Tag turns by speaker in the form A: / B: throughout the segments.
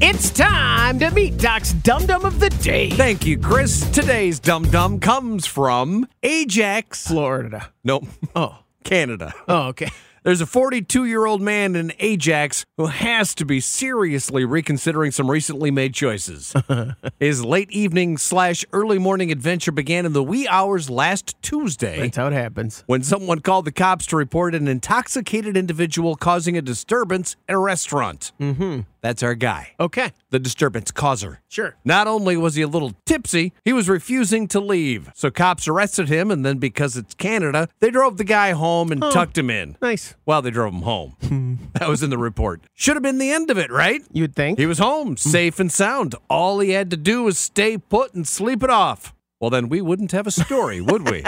A: It's time to meet Doc's Dum Dum of the Day.
B: Thank you, Chris. Today's dum dum comes from Ajax.
A: Florida.
B: Nope. Oh, Canada.
A: Oh, okay.
B: There's a 42 year old man in Ajax who has to be seriously reconsidering some recently made choices. His late evening slash early morning adventure began in the wee hours last Tuesday
A: That's how it happens.
B: when someone called the cops to report an intoxicated individual causing a disturbance at a restaurant. Mm-hmm. That's our guy,
A: Okay.
B: the disturbance causer.
A: Sure.
B: Not only was he a little tipsy, he was refusing to leave. So cops arrested him, and then because it's Canada, they drove the guy home and tucked him in.
A: Nice.
B: Well, they drove him home. that was in the report. Should have been the end of it, right?
A: You'd think.
B: He was
A: Hmm.
B: home, safe and sound. All he had to do was stay put and sleep it off. Well, then we wouldn't have a story, would we?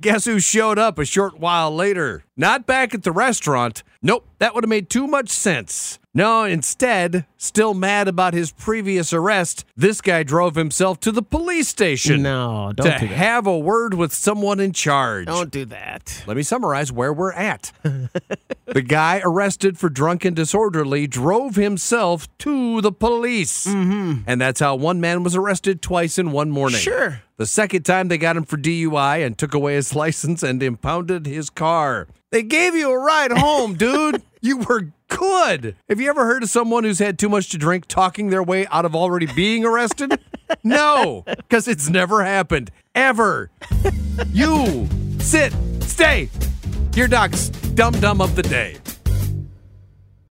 B: Guess who showed up a short while later? Not back at the restaurant. Nope, that would have made too much sense. No, instead, still mad about his previous arrest, this guy drove himself to the police station
A: No,
B: to
A: don't do that.
B: have a word with someone in charge.
A: Don't do that.
B: Let me summarize where we're at. the guy arrested for drunk and disorderly drove himself to the police. Mm-hmm. And that's how one man was arrested twice in one morning.
A: Sure.
B: The second time they got him for DUI and took away his license and impounded his car. They gave you a ride home, dude. You were good. Have you ever heard of someone who's had too much to drink talking their way out of already being arrested? no, because it's never happened. Ever. You sit, stay. Your Doc's Dum Dum of the Day.